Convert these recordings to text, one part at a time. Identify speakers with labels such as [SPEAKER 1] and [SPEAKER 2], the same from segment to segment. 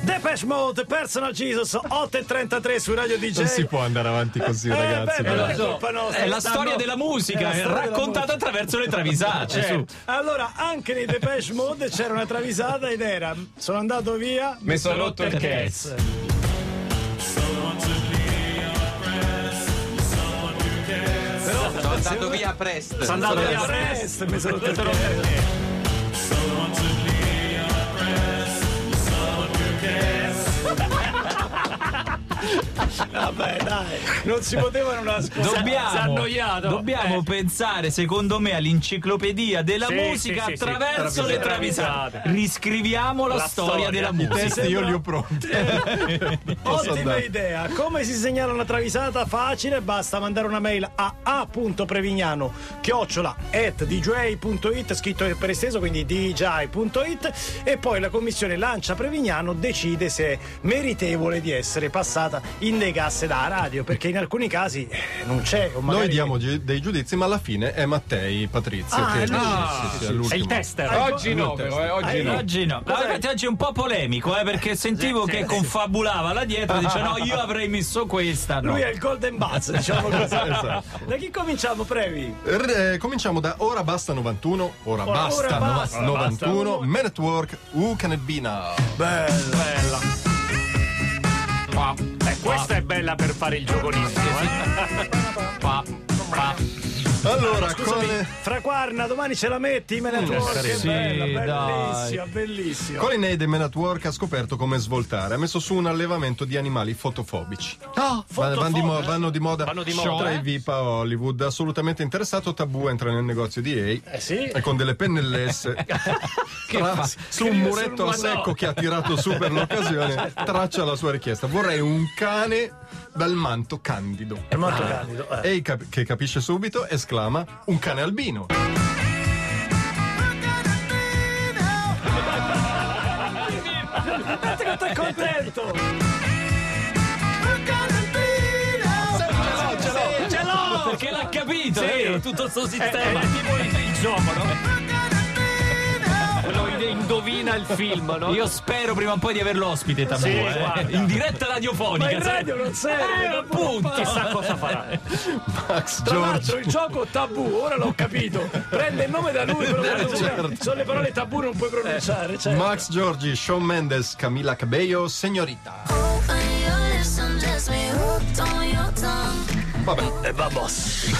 [SPEAKER 1] Depeche Mode, Personal Jesus, 8.33 su Radio DJ.
[SPEAKER 2] Non si può andare avanti così, ragazzi.
[SPEAKER 1] Cioè- Eh, beh, non è
[SPEAKER 2] dai.
[SPEAKER 1] colpa nostra.
[SPEAKER 3] È la
[SPEAKER 1] stanno-
[SPEAKER 3] storia della musica,
[SPEAKER 1] è la storia
[SPEAKER 3] raccontata attraverso le travisate.
[SPEAKER 1] Eh,
[SPEAKER 3] su.
[SPEAKER 1] allora, anche nei Depeche Mode c'era una travisata ed era Sono andato via,
[SPEAKER 2] Mi son rotto il cazzo.
[SPEAKER 4] Sono andato via presto.
[SPEAKER 3] Sono
[SPEAKER 1] Sono
[SPEAKER 3] andato
[SPEAKER 1] andato
[SPEAKER 3] via
[SPEAKER 1] via presto, mi sono rotto il cazzo. Vabbè, dai, non si poteva non ascoltare.
[SPEAKER 3] Dobbiamo,
[SPEAKER 5] s'è annoiato.
[SPEAKER 3] dobbiamo
[SPEAKER 5] Eh.
[SPEAKER 3] pensare, secondo me, all'enciclopedia della
[SPEAKER 5] Sì,
[SPEAKER 3] musica
[SPEAKER 5] sì, sì, sì.
[SPEAKER 3] attraverso le
[SPEAKER 5] Travisate.
[SPEAKER 3] travisate. Riscriviamo la,
[SPEAKER 5] La
[SPEAKER 3] storia,
[SPEAKER 5] storia.
[SPEAKER 3] della
[SPEAKER 5] I
[SPEAKER 3] musica.
[SPEAKER 2] Testi io li ho pronti. Posso
[SPEAKER 1] Ottima
[SPEAKER 2] andare?
[SPEAKER 1] idea. Come si segnala una travisata? Facile, basta mandare una mail a a.prevignano chiocciola at dj.it scritto per esteso, quindi dj.it e poi la commissione Lancia Prevignano decide se è meritevole di essere passata in dei casse da radio, perché in alcuni casi eh, non c'è o magari
[SPEAKER 2] Noi diamo gi- dei giudizi, ma alla fine è Mattei Patrizio
[SPEAKER 1] Ah,
[SPEAKER 2] che
[SPEAKER 1] è lui.
[SPEAKER 2] sì, sì, sì, è
[SPEAKER 5] È il
[SPEAKER 2] l'ultimo.
[SPEAKER 5] tester.
[SPEAKER 1] Hai-
[SPEAKER 6] Oggi no, però, eh, oggi
[SPEAKER 1] Hai-
[SPEAKER 6] no.
[SPEAKER 3] Oggi no.
[SPEAKER 1] Cos'è?
[SPEAKER 3] Ah, infatti oggi è un po' polemico, eh, perché sentivo che confabulava là dietro e dice no, io avrei messo questa. No.
[SPEAKER 1] Lui è il golden buzz, diciamo così.
[SPEAKER 2] Esatto.
[SPEAKER 1] Da chi cominciamo, Previ?
[SPEAKER 2] R- eh, cominciamo da Ora Basta 91, Ora,
[SPEAKER 1] Ora-
[SPEAKER 2] basta,
[SPEAKER 1] Ora
[SPEAKER 2] no-
[SPEAKER 1] Basta.
[SPEAKER 2] 91, Men at Work, Who Can It Be Now?
[SPEAKER 5] Bella. Eh, questa è bella per fare il gioconissimo, eh.
[SPEAKER 2] Allora,
[SPEAKER 1] Scusami,
[SPEAKER 2] Colin,
[SPEAKER 1] fra Quarna, domani ce la metti, me la Che
[SPEAKER 3] sì,
[SPEAKER 1] bella,
[SPEAKER 3] dai.
[SPEAKER 1] bellissima, bellissima.
[SPEAKER 2] Colin Hay dei Men at Work ha scoperto come svoltare, ha messo su un allevamento di animali fotofobici.
[SPEAKER 1] Ah,
[SPEAKER 2] Va- Vanno di, mo- vanno di moda,
[SPEAKER 5] Vanno di
[SPEAKER 2] Shaw
[SPEAKER 5] moda,
[SPEAKER 2] e
[SPEAKER 1] Cioè?
[SPEAKER 5] eh?
[SPEAKER 2] Vip a Hollywood. Assolutamente interessato, Tabù entra nel negozio di Hay
[SPEAKER 1] Eh sì.
[SPEAKER 2] e con delle pennelle S tra- su un
[SPEAKER 1] Scrive sul- Certo.
[SPEAKER 2] muretto a
[SPEAKER 1] ma no.
[SPEAKER 2] secco che ha tirato su per l'occasione traccia la sua richiesta. Vorrei un cane dal manto candido.
[SPEAKER 1] È molto candido. eh.
[SPEAKER 2] Hay cap- che capisce subito esclama un cane albino.
[SPEAKER 1] Guardate quanto è contento!
[SPEAKER 3] Ce l'ho! Perché l'ha capito, vero? Tutto sto sistema.
[SPEAKER 5] Eh, È tipo il, il gioco, no? Quello in- indovina il film, no?
[SPEAKER 3] Io spero prima o poi di averlo ospite tabù,
[SPEAKER 5] Sì,
[SPEAKER 3] eh.
[SPEAKER 5] guarda.
[SPEAKER 3] in diretta
[SPEAKER 1] Ma
[SPEAKER 3] radiofonica.
[SPEAKER 1] in
[SPEAKER 3] sai?
[SPEAKER 1] radio non serve!
[SPEAKER 3] Eh,
[SPEAKER 1] non può
[SPEAKER 3] appunto.
[SPEAKER 1] fare.
[SPEAKER 5] Chissà cosa farà.
[SPEAKER 2] Max
[SPEAKER 1] Tra
[SPEAKER 2] George.
[SPEAKER 1] l'altro il gioco tabù, ora l'ho capito, prende il nome da lui, però quando- sono le parole tabù non puoi pronunciare, cioè.
[SPEAKER 2] Max Giorgi, Shawn Mendes, Camila Cabello, Signorita. Vabbè,
[SPEAKER 1] Eh, babos.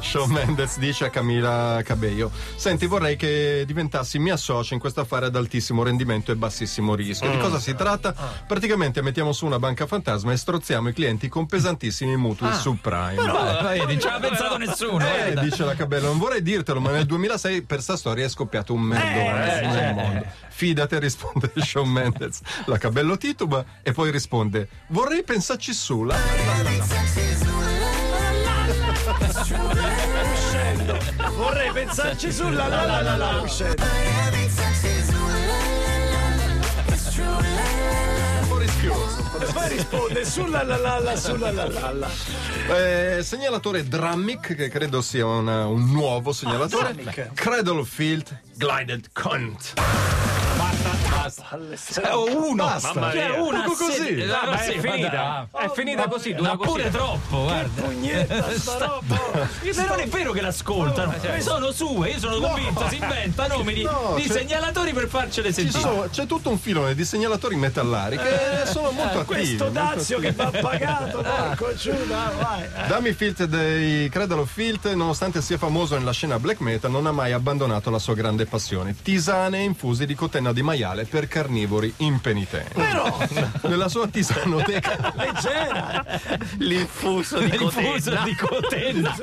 [SPEAKER 2] Shawn Mendes dice a Camila Cabello: Senti, vorrei che diventassi mia socia in questo affare ad altissimo rendimento e bassissimo rischio. Di cosa si tratta? Praticamente mettiamo su una banca fantasma e strozziamo i clienti con pesantissimi mutui subprime.
[SPEAKER 3] Ah, vedi, non ci aveva pensato nessuno.
[SPEAKER 2] Eh,
[SPEAKER 3] guarda.
[SPEAKER 2] dice la Cabello, non vorrei dirtelo, ma nel 2006 per sta storia è scoppiato un merdone nel mondo. Fidate, risponde Shawn Mendes. La Cabello tituba e poi risponde: Vorrei pensarci su. La...
[SPEAKER 1] Vorrei pensarci sulla la la la la uscita.
[SPEAKER 2] Un po' rischioso.
[SPEAKER 1] E poi risponde sulla la la la sulla la la la.
[SPEAKER 2] Eh, segnalatore Drammic, che credo sia una- un nuovo
[SPEAKER 3] Ah,
[SPEAKER 2] segnalatore. Cradle of Field Glided Cunt.
[SPEAKER 3] Eh, oh, uno.
[SPEAKER 2] Basta.
[SPEAKER 3] Cioè,
[SPEAKER 5] Maria.
[SPEAKER 3] una
[SPEAKER 2] Poco
[SPEAKER 3] sed-
[SPEAKER 2] così.
[SPEAKER 3] Eh,
[SPEAKER 5] Ah, ma
[SPEAKER 3] sì,
[SPEAKER 5] è
[SPEAKER 3] guarda.
[SPEAKER 5] finita. È finita così, dura
[SPEAKER 3] Ma pure
[SPEAKER 5] così.
[SPEAKER 3] troppo, guarda.
[SPEAKER 1] Oh, Pugnetta sta roba.
[SPEAKER 3] Ma non è vero che l'ascoltano, sono sue, io sono convinto, si inventa nomi di,
[SPEAKER 2] No,
[SPEAKER 3] di
[SPEAKER 2] cioè-
[SPEAKER 3] segnalatori per farcele
[SPEAKER 2] Ci
[SPEAKER 3] sentire.
[SPEAKER 2] sono- c'è tutto un filone di segnalatori metallari
[SPEAKER 3] Eh,
[SPEAKER 2] che sono molto attivi.
[SPEAKER 1] Questo
[SPEAKER 2] molto
[SPEAKER 1] Dazio che va pagato, porco giù, dai, vai.
[SPEAKER 2] Dammy Filt dei Cradle of Filth, nonostante sia famoso nella scena black metal, non ha mai abbandonato la sua grande passione. Tisane infuse di cotenna di maiale per carnivori impenitenti.
[SPEAKER 1] Però,
[SPEAKER 2] Nella sua tisanoteca
[SPEAKER 1] leggera.
[SPEAKER 5] L'infuso di
[SPEAKER 3] Il fuso
[SPEAKER 5] cotenna.
[SPEAKER 3] di cotenna.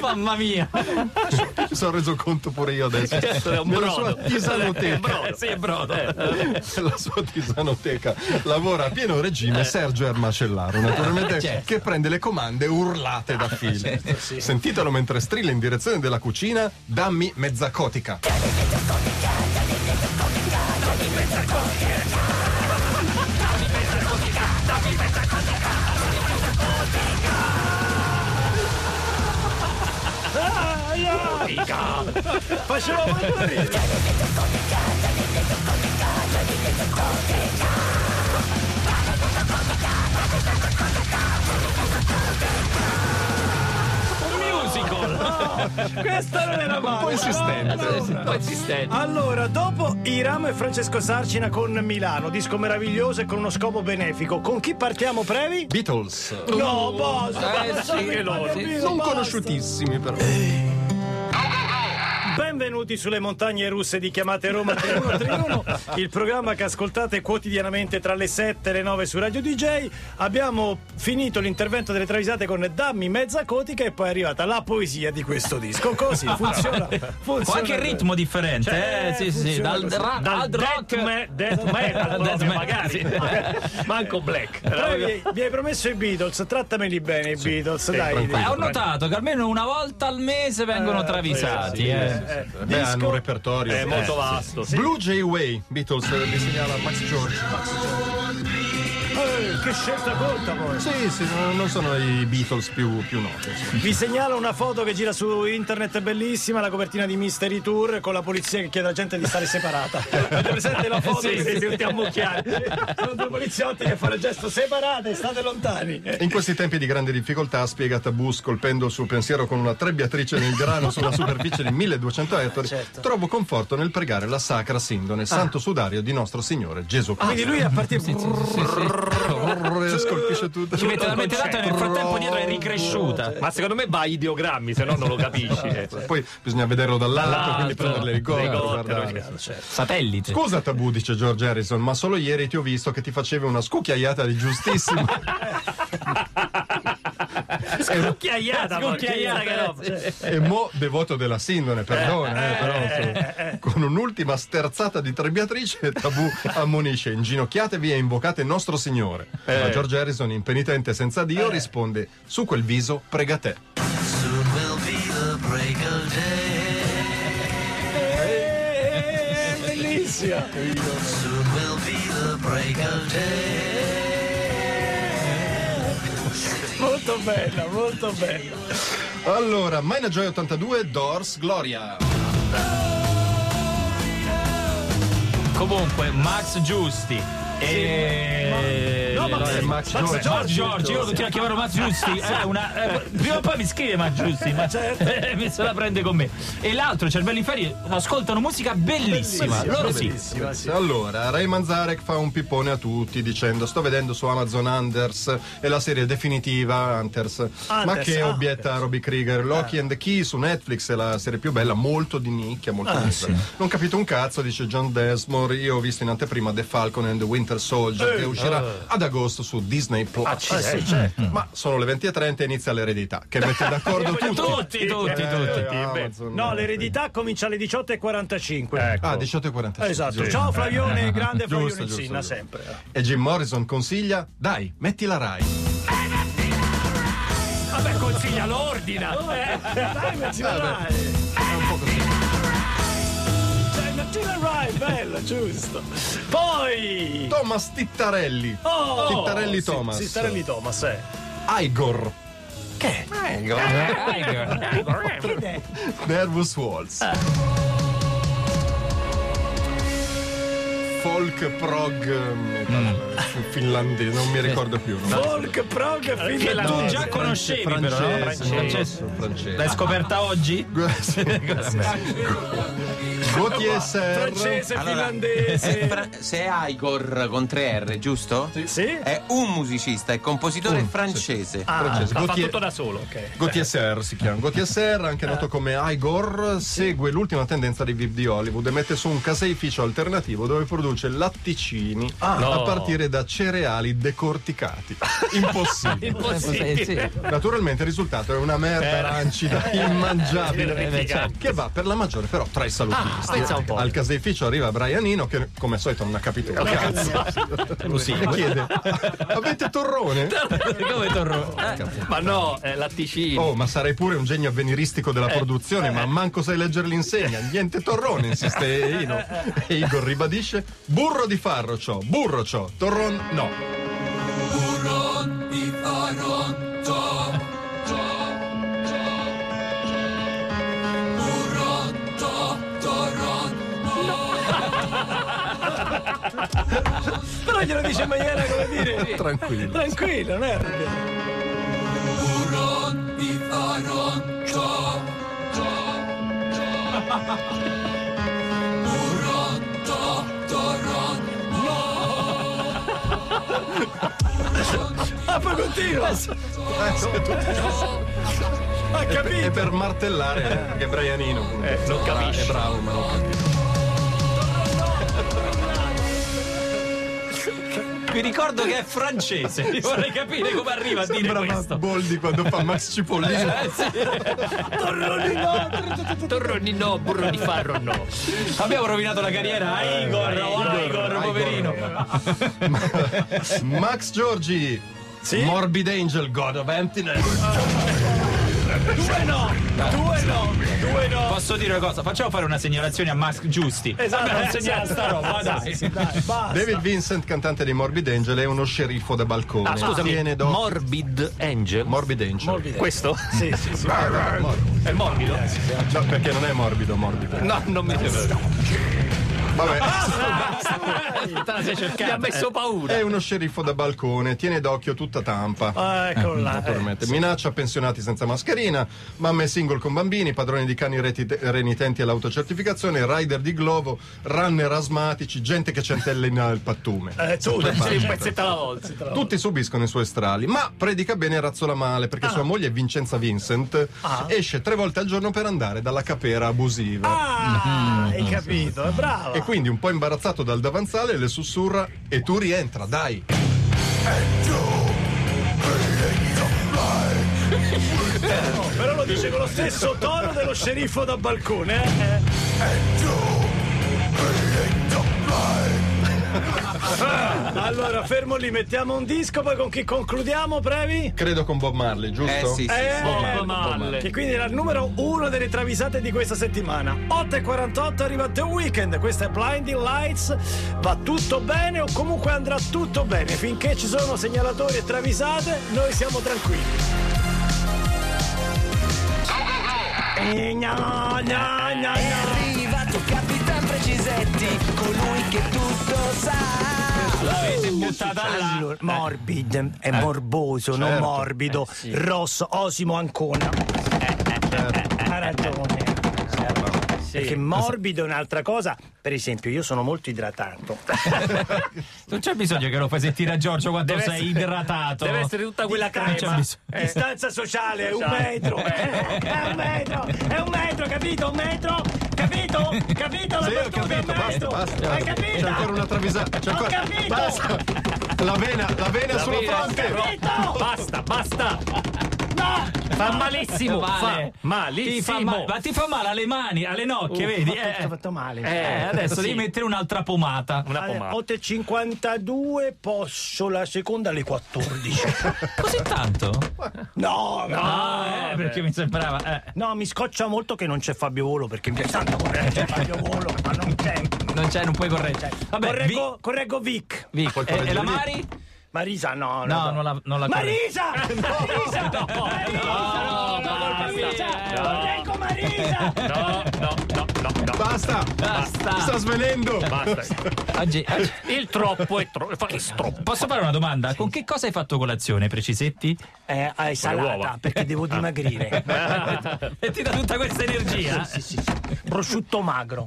[SPEAKER 3] Mamma mia.
[SPEAKER 2] mi sono reso conto pure io adesso.
[SPEAKER 5] Certo, è un
[SPEAKER 2] Nella
[SPEAKER 5] brodo.
[SPEAKER 2] sua tisanoteca.
[SPEAKER 5] Brodo.
[SPEAKER 3] Sì, è brodo. Eh,
[SPEAKER 2] Eh. Nella sua tisanoteca lavora a pieno regime Sergio Ermacellaro, naturalmente, che prende le comande urlate da Phil. Sentitelo mentre strilla in direzione della cucina, dammi mezzacotica.
[SPEAKER 1] Faceva morire. Questa non era male.
[SPEAKER 2] Un po' insistente.
[SPEAKER 5] Un po' insistente.
[SPEAKER 1] Allora, dopo Iram e Francesco Sarcina con Milano, disco meraviglioso e con uno scopo benefico, con chi partiamo, Previ?
[SPEAKER 2] Beatles.
[SPEAKER 1] No, basta,
[SPEAKER 5] eh,
[SPEAKER 1] basta,
[SPEAKER 5] sì,
[SPEAKER 1] che
[SPEAKER 5] loro,
[SPEAKER 1] palle
[SPEAKER 5] sì.
[SPEAKER 1] mie,
[SPEAKER 2] Non
[SPEAKER 1] basta.
[SPEAKER 2] conosciutissimi però.
[SPEAKER 1] Benvenuti sulle montagne russe di Chiamate Roma 3131, il programma che ascoltate quotidianamente tra le 7 e le 9 su Radio DJ. Abbiamo finito l'intervento delle travisate con Dammi mezza cotica e poi è arrivata la poesia di questo disco. Così funziona.
[SPEAKER 3] Ho
[SPEAKER 1] funziona Cioè,
[SPEAKER 3] anche il ritmo
[SPEAKER 5] Cioè,
[SPEAKER 3] differente, eh? Sì, sì, sì,
[SPEAKER 1] funziona
[SPEAKER 3] dal,
[SPEAKER 1] così.
[SPEAKER 3] ra-
[SPEAKER 5] Dal
[SPEAKER 3] hard
[SPEAKER 5] death,
[SPEAKER 3] rock.
[SPEAKER 5] me- death metal, proprio,
[SPEAKER 3] Death metal.
[SPEAKER 5] magari. Manco black.
[SPEAKER 1] Però mi hai- mi hai promesso i Beatles, trattameli bene i Beatles, dai.
[SPEAKER 2] tranquillo.
[SPEAKER 3] Eh, ho notato che almeno una volta al mese vengono
[SPEAKER 1] Eh,
[SPEAKER 3] travisati.
[SPEAKER 2] sì,
[SPEAKER 3] eh.
[SPEAKER 2] Eh, Beh,
[SPEAKER 1] Disco-
[SPEAKER 2] hanno un repertorio.
[SPEAKER 5] È molto
[SPEAKER 2] Eh.
[SPEAKER 5] vasto. sì.
[SPEAKER 2] Blue Jay Way, Beatles, eh, li segnala Max George.
[SPEAKER 1] Eh, che scelta colta poi.
[SPEAKER 2] Sì, sì, no- non sono i Beatles più, più noti. insomma.
[SPEAKER 1] Vi segnalo una foto che gira su internet bellissima, la copertina di Mystery Tour con la polizia che chiede alla gente di stare separata. Avete presente la foto
[SPEAKER 5] Sì,
[SPEAKER 1] che
[SPEAKER 5] sì.
[SPEAKER 1] si tutti ammucchiati? Sono due poliziotti che fanno il gesto separate, state lontani.
[SPEAKER 2] In questi tempi di grande difficoltà, spiega Tabù, scolpendo il suo pensiero con una trebbiatrice nel grano sulla superficie di 1200 ettari,
[SPEAKER 3] Eh, certo.
[SPEAKER 2] trovo conforto nel pregare la sacra
[SPEAKER 3] Ah.
[SPEAKER 2] sindone, santo sudario di nostro Signore Gesù
[SPEAKER 1] Quindi
[SPEAKER 2] Cristo.
[SPEAKER 1] lui a partire
[SPEAKER 2] Brrr, Scolpisce tutto.
[SPEAKER 3] Ci mette talmente tanto e nel frattempo dietro è ricresciuta.
[SPEAKER 5] Ma secondo me va a ideogrammi, se no non lo capisci. eh.
[SPEAKER 2] Cioè, Poi bisogna vederlo dall'alto,
[SPEAKER 5] Dall'alto,
[SPEAKER 2] quindi prendere le
[SPEAKER 5] ah, le
[SPEAKER 2] ricordo.
[SPEAKER 5] gotte,
[SPEAKER 2] guardare.
[SPEAKER 3] Satellite.
[SPEAKER 2] Scusa Tabù, dice George Harrison, ma solo ieri ti ho visto che ti facevi una scucchiaiata di giustissimo.
[SPEAKER 5] Scucchiaiata, ma
[SPEAKER 3] Scucchiaiata,
[SPEAKER 1] eh,
[SPEAKER 5] che roba.
[SPEAKER 2] e mo devoto della sindone, perdona, eh, però insomma, con un'ultima sterzata di trebbiatrice Tabù ammonisce inginocchiatevi e invocate il nostro Signore. Ma George Harrison, impenitente senza Dio, risponde su quel viso prega te.
[SPEAKER 6] Soon will be the break of day.
[SPEAKER 1] bellissima.
[SPEAKER 6] Soon will be the break of day.
[SPEAKER 1] Molto bella, molto bella.
[SPEAKER 2] Allora, Mina Joy 82, Doors Gloria.
[SPEAKER 3] Comunque, Max Giusti. E...
[SPEAKER 1] No, ma-
[SPEAKER 2] Eh, Max
[SPEAKER 1] Max
[SPEAKER 2] Joy.
[SPEAKER 1] Joy.
[SPEAKER 3] Max Giorgi, io continuo a chiamarlo Max Giusti. è una- eh, prima o poi mi scrive Max Giusti, ma eh, se la prende con me. E l'altro, Cervelli in Ferie, ascoltano musica bellissima.
[SPEAKER 1] Bellissima,
[SPEAKER 3] Loro sì.
[SPEAKER 1] bellissima, sì.
[SPEAKER 2] Allora, Ray Manzarek fa un pippone a tutti dicendo sto vedendo su Amazon Anders e la serie definitiva Hunters, ma
[SPEAKER 1] Hunters,
[SPEAKER 2] che
[SPEAKER 1] ah,
[SPEAKER 2] obietta Robbie Krieger, Loki and the Key su Netflix è la serie più bella, molto di nicchia, molto di nicchia. Non capito un cazzo, dice John Desmore, io ho visto in anteprima The Falcon and the Winter Soldier che uscirà ad agosto su Disney Plus. Ma sono le 20.30 e inizia l'eredità che mette d'accordo tutti.
[SPEAKER 3] Tutti, tutti, tutti.
[SPEAKER 2] Eh, Amazon,
[SPEAKER 1] No,
[SPEAKER 2] eh.
[SPEAKER 1] l'eredità comincia alle 18.45.
[SPEAKER 5] Ecco.
[SPEAKER 2] Ah, 18.45.
[SPEAKER 1] Esatto.
[SPEAKER 2] Sì. Eh,
[SPEAKER 1] Ciao Flavione, grande Flavione
[SPEAKER 2] Giusto, giusto,
[SPEAKER 1] Insinna,
[SPEAKER 2] giusto.
[SPEAKER 1] sempre.
[SPEAKER 2] E Jim Morrison consiglia, dai, metti la Rai.
[SPEAKER 5] Vabbè, consiglia l'ordina.
[SPEAKER 1] Eh, Dai, Mezzina Rai. Cioè, Mezzina Rai, bello, giusto. Poi...
[SPEAKER 2] Thomas Tittarelli.
[SPEAKER 1] Oh,
[SPEAKER 2] Tittarelli
[SPEAKER 1] sì,
[SPEAKER 2] Thomas.
[SPEAKER 1] Sì, Tittarelli Thomas, eh.
[SPEAKER 2] Igor.
[SPEAKER 3] Eh,
[SPEAKER 2] Nervous Waltz. Folk prog metal eh, finlandese, non mi ricordo più. no?
[SPEAKER 1] Folk prog
[SPEAKER 5] la-
[SPEAKER 1] finlandese.
[SPEAKER 3] Tu già conoscevi, però. no?
[SPEAKER 2] Francese,
[SPEAKER 3] Francesco.
[SPEAKER 2] francese.
[SPEAKER 3] L'hai scoperta oggi?
[SPEAKER 2] Gautier Serre.
[SPEAKER 1] Francese,
[SPEAKER 4] Allora,
[SPEAKER 1] finlandese.
[SPEAKER 4] eh, fra- se è Igor con tre R, giusto?
[SPEAKER 1] Sì.
[SPEAKER 4] È un musicista e compositore francese.
[SPEAKER 2] Francese.
[SPEAKER 5] Fa
[SPEAKER 2] Gautier-
[SPEAKER 5] Ah, tutto da solo. ok. Eh.
[SPEAKER 2] GTSR si chiama. GTSR, anche noto come Igor, segue l'ultima tendenza di VIP di Hollywood e mette su un caseificio alternativo dove produce latticini a
[SPEAKER 5] Ah, No.
[SPEAKER 2] partire da cereali decorticati. Impossibile.
[SPEAKER 3] Eh, sì.
[SPEAKER 2] Naturalmente il risultato è una merda arancida immangiabile.
[SPEAKER 5] Eh, beh, certo. Ah,
[SPEAKER 2] Che va per la maggiore, però, tra i salutisti.
[SPEAKER 5] pensa un po'.
[SPEAKER 2] Al caseificio arriva Brianino, che come al solito non ha capito un cazzo. E chiede: Avete torrone?
[SPEAKER 3] Come torno?
[SPEAKER 5] Ma no, è latticini.
[SPEAKER 2] Oh, ma sarei pure un genio avveniristico della produzione, ma manco sai leggere l'insegna. Niente torrone, insiste Ino. E Igor ribadisce: burro di farro ciò, burro ciò, torron no.
[SPEAKER 1] Però glielo dice in maniera, come dire,
[SPEAKER 2] Tranquillo.
[SPEAKER 1] tranquilla, non è? Ah, poi continua!
[SPEAKER 2] Eh,
[SPEAKER 1] Ha
[SPEAKER 2] E
[SPEAKER 1] capito!
[SPEAKER 2] per martellare, eh, perché Brianino eh, non capisce. È bravo, ma non capisce.
[SPEAKER 3] Vi ricordo che è francese. Io vorrei capire come arriva a dire
[SPEAKER 2] Sembra
[SPEAKER 3] questo.
[SPEAKER 2] Boldi quando fa Max Cipollino.
[SPEAKER 3] Eh, sì.
[SPEAKER 5] Torroni no, burro di farro no.
[SPEAKER 3] Abbiamo rovinato la carriera a Igor, oh, Igor, poverino.
[SPEAKER 2] Max Giorgi. Morbid Angel, God of Emptiness.
[SPEAKER 3] Due no, due no, due no. Posso dire una cosa? Facciamo fare una segnalazione a Max Giusti.
[SPEAKER 1] Esatto,
[SPEAKER 3] Abbiamo
[SPEAKER 1] eh,
[SPEAKER 3] segnato
[SPEAKER 1] sì,
[SPEAKER 3] sta
[SPEAKER 1] sì,
[SPEAKER 3] roba, dai.
[SPEAKER 1] Basta.
[SPEAKER 2] David Vincent, cantante dei Morbid Angel, è uno sceriffo da balcone.
[SPEAKER 5] Ah, scusami,
[SPEAKER 2] Tiene do-
[SPEAKER 5] Morbid Angel.
[SPEAKER 2] Morbid Angel.
[SPEAKER 5] Questo?
[SPEAKER 1] Sì, sì, sì.
[SPEAKER 2] Morbido.
[SPEAKER 5] È morbido?
[SPEAKER 2] No, perché non è morbido, morbido.
[SPEAKER 5] No, non mi
[SPEAKER 2] Vabbè. Ah,
[SPEAKER 5] Mi ha messo paura.
[SPEAKER 2] È uno sceriffo da balcone, tiene d'occhio tutta tampa.
[SPEAKER 1] Ah, eccolo là. eh.
[SPEAKER 2] Naturalmente. Minaccia pensionati senza mascherina, mamme single con bambini, padroni di cani reti- renitenti all'autocertificazione, rider di globo, runner asmatici, gente che centellina il pattume.
[SPEAKER 1] Eh, tu,
[SPEAKER 5] Sì, un pezzetto alla volta.
[SPEAKER 2] Tutti subiscono i suoi strali, ma predica bene e razzola male perché
[SPEAKER 1] Ah.
[SPEAKER 2] sua moglie Vincenza Vincent esce tre volte al giorno per andare dalla capera abusiva.
[SPEAKER 1] Ah, hai capito, è bravo.
[SPEAKER 2] E quindi, un po' imbarazzato dal davanzale, le sussurra: E tu rientra, dai!
[SPEAKER 1] Però lo dice con lo stesso tono dello sceriffo da balcone. eh. Ah, Allora, fermo lì, mettiamo un disco, poi con chi concludiamo, Previ?
[SPEAKER 2] Credo con Bob Marley,
[SPEAKER 4] Eh
[SPEAKER 2] giusto?
[SPEAKER 4] sì, sì.
[SPEAKER 1] Eh,
[SPEAKER 5] Bob Marley.
[SPEAKER 1] Che quindi era il numero uno delle travisate di questa settimana. 8.48 arriva The Weeknd, questo è Blinding Lights. Va tutto bene o comunque andrà tutto bene. Finché ci sono segnalatori e travisate, noi siamo tranquilli. Eh, gna, gna, gna,
[SPEAKER 7] È
[SPEAKER 1] gna.
[SPEAKER 7] arrivato Capitan Precisetti, colui che tutto sa.
[SPEAKER 3] L'avete buttata là.
[SPEAKER 1] Oh,
[SPEAKER 3] Eh.
[SPEAKER 1] Allora, morbid, è morboso, non
[SPEAKER 2] certo.
[SPEAKER 1] morbido. Rosso, Osimo Ancona.
[SPEAKER 3] Eh,
[SPEAKER 1] Ha ragione. Perché morbido è un'altra cosa. Per esempio, io sono molto idratato.
[SPEAKER 3] Non c'è bisogno che lo fai sentire a Giorgio quanto
[SPEAKER 5] Deve
[SPEAKER 3] sei
[SPEAKER 5] essere-
[SPEAKER 3] idratato.
[SPEAKER 5] Deve essere tutta quella
[SPEAKER 1] Distanza-
[SPEAKER 5] crema. Eh.
[SPEAKER 1] Eh. Distanza sociale è un metro. Eh, È un metro, è un metro, capito? Un metro, capito? Capito? La
[SPEAKER 2] Sì, ho
[SPEAKER 1] battuta è un
[SPEAKER 2] capito, basta,
[SPEAKER 1] metro.
[SPEAKER 2] basta.
[SPEAKER 1] Hai
[SPEAKER 2] C'è ancora
[SPEAKER 1] capito?
[SPEAKER 2] una travisata. C'è ancora...
[SPEAKER 1] capito!
[SPEAKER 2] Basta! La vena, la vena sulla fronte!
[SPEAKER 1] Capito?
[SPEAKER 5] Basta, basta.
[SPEAKER 1] No!
[SPEAKER 5] Fa malissimo.
[SPEAKER 3] Male.
[SPEAKER 5] Fa
[SPEAKER 3] Ti fa
[SPEAKER 5] malissimo.
[SPEAKER 3] male, ma ti fa male alle mani, alle nocche, vedi?
[SPEAKER 1] Ho fatto,
[SPEAKER 3] Eh,
[SPEAKER 1] Uh, fatto male.
[SPEAKER 3] eh, adesso devi mettere un'altra pomata.
[SPEAKER 5] Una pomata.
[SPEAKER 1] 8.52 posso la seconda alle 14.
[SPEAKER 3] Così tanto?
[SPEAKER 1] no, no.
[SPEAKER 3] Ah, eh, perché mi sembrava. eh.
[SPEAKER 1] No, mi scoccia molto che non c'è Fabio Volo perché mi stanno c'è Fabio Volo, ma non c'è.
[SPEAKER 3] Non c'è, non puoi correggere. Vabbè,
[SPEAKER 1] correggo, correggo Vic.
[SPEAKER 3] vi- vi-
[SPEAKER 2] Puoi
[SPEAKER 3] eh, e la
[SPEAKER 2] correggere.
[SPEAKER 3] Mari?
[SPEAKER 1] Marisa, no,
[SPEAKER 3] No,
[SPEAKER 1] no.
[SPEAKER 3] non la, non la correggo.
[SPEAKER 1] Marisa! Marisa! No, Marisa!
[SPEAKER 5] no,
[SPEAKER 1] No, Marisa!
[SPEAKER 5] basta.
[SPEAKER 1] No, Leggo Marisa!
[SPEAKER 5] No, no, no, no, no.
[SPEAKER 2] Basta! Sta svenendo!
[SPEAKER 5] Basta.
[SPEAKER 3] Oggi- oggi-
[SPEAKER 5] Il troppo è troppo. Che stroppo.
[SPEAKER 3] Posso fare una domanda? Con che cosa hai fatto colazione, Precisetti?
[SPEAKER 1] Eh, hai salata
[SPEAKER 5] uova.
[SPEAKER 1] perché devo dimagrire.
[SPEAKER 3] e ti dà tutta questa energia?
[SPEAKER 1] Sì, sì, sì. Prosciutto magro.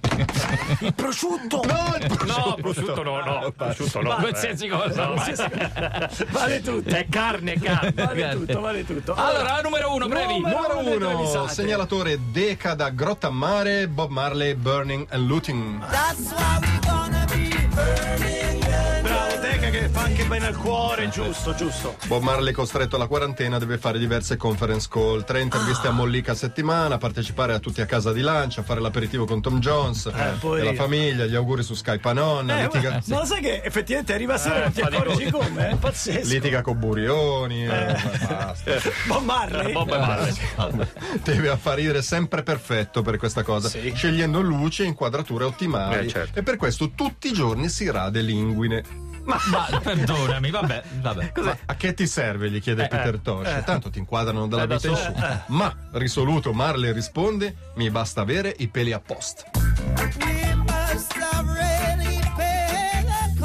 [SPEAKER 1] Il prosciutto!
[SPEAKER 2] No, il prosciutto.
[SPEAKER 5] No, prosciutto no, no. Prosciutto no.
[SPEAKER 3] Qualsiasi cosa. ormai.
[SPEAKER 1] Vale tutto.
[SPEAKER 5] È carne, carne.
[SPEAKER 1] Vale tutto, vale tutto.
[SPEAKER 3] Allora, numero uno, brevi.
[SPEAKER 1] Numero-
[SPEAKER 2] Numero
[SPEAKER 1] le
[SPEAKER 2] uno,
[SPEAKER 1] travisate.
[SPEAKER 2] segnalatore Deca da Grotta Mare, Bob Marley, Burning and Looting.
[SPEAKER 7] That's why we gonna be burning up.
[SPEAKER 1] Bravo Teca che fa anche bene al cuore, giusto, giusto.
[SPEAKER 2] Bob Marley costretto alla quarantena deve fare diverse conference call, tre interviste a Mollica a settimana, partecipare a tutti a casa di Lancia, fare l'aperitivo con Tom Jones e
[SPEAKER 1] poverino.
[SPEAKER 2] la famiglia, gli auguri su Skype a nonna,
[SPEAKER 1] Eh,
[SPEAKER 2] litiga,
[SPEAKER 1] ma, ma Eh, lo sai che effettivamente arriva sera e non ti accorgi come? È pazzesco.
[SPEAKER 2] litiga con Burioni, eh, basta.
[SPEAKER 1] Bob Marley.
[SPEAKER 5] Bomba male.
[SPEAKER 2] deve apparire sempre perfetto per questa cosa, scegliendo luce e inquadrature ottimali.
[SPEAKER 5] Eh, certo.
[SPEAKER 2] E per questo tutti i giorni si rade linguine.
[SPEAKER 3] Ma perdonami, vabbè, vabbè.
[SPEAKER 2] Ma a che ti serve? gli chiede Peter Tosh. Tanto ti inquadrano dalla vita in su. Ma risoluto Marley risponde: Mi basta avere i peli a posto.
[SPEAKER 7] We must already pay the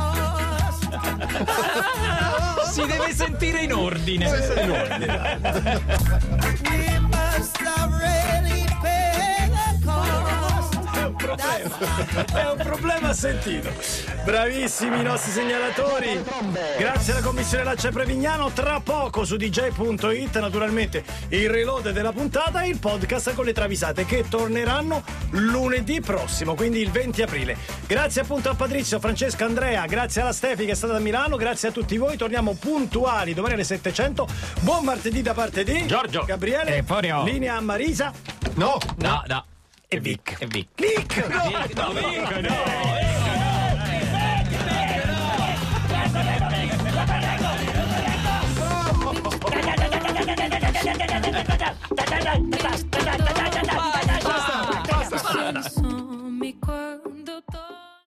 [SPEAKER 7] cost.
[SPEAKER 3] Si deve sentire in ordine.
[SPEAKER 7] We must already pay the cost.
[SPEAKER 1] È un problema sentito. Bravissimi i nostri segnalatori. Grazie alla commissione Laccia Prevignano. Tra poco su DJ.it, naturalmente, il reload della puntata e il podcast con le travisate che torneranno lunedì prossimo, quindi il 20 aprile. Grazie appunto a Patrizio, Francesca, Andrea. Grazie alla Stefi che è stata da Milano. Grazie a tutti voi. Torniamo puntuali domani alle 700. Buon martedì da parte di
[SPEAKER 5] Giorgio.
[SPEAKER 1] Gabriele
[SPEAKER 3] E Florio.
[SPEAKER 1] Linea a Marisa.
[SPEAKER 2] No!
[SPEAKER 5] No, no.
[SPEAKER 1] E Vic.
[SPEAKER 5] E Vic.
[SPEAKER 1] Click!
[SPEAKER 5] No, Vic, no.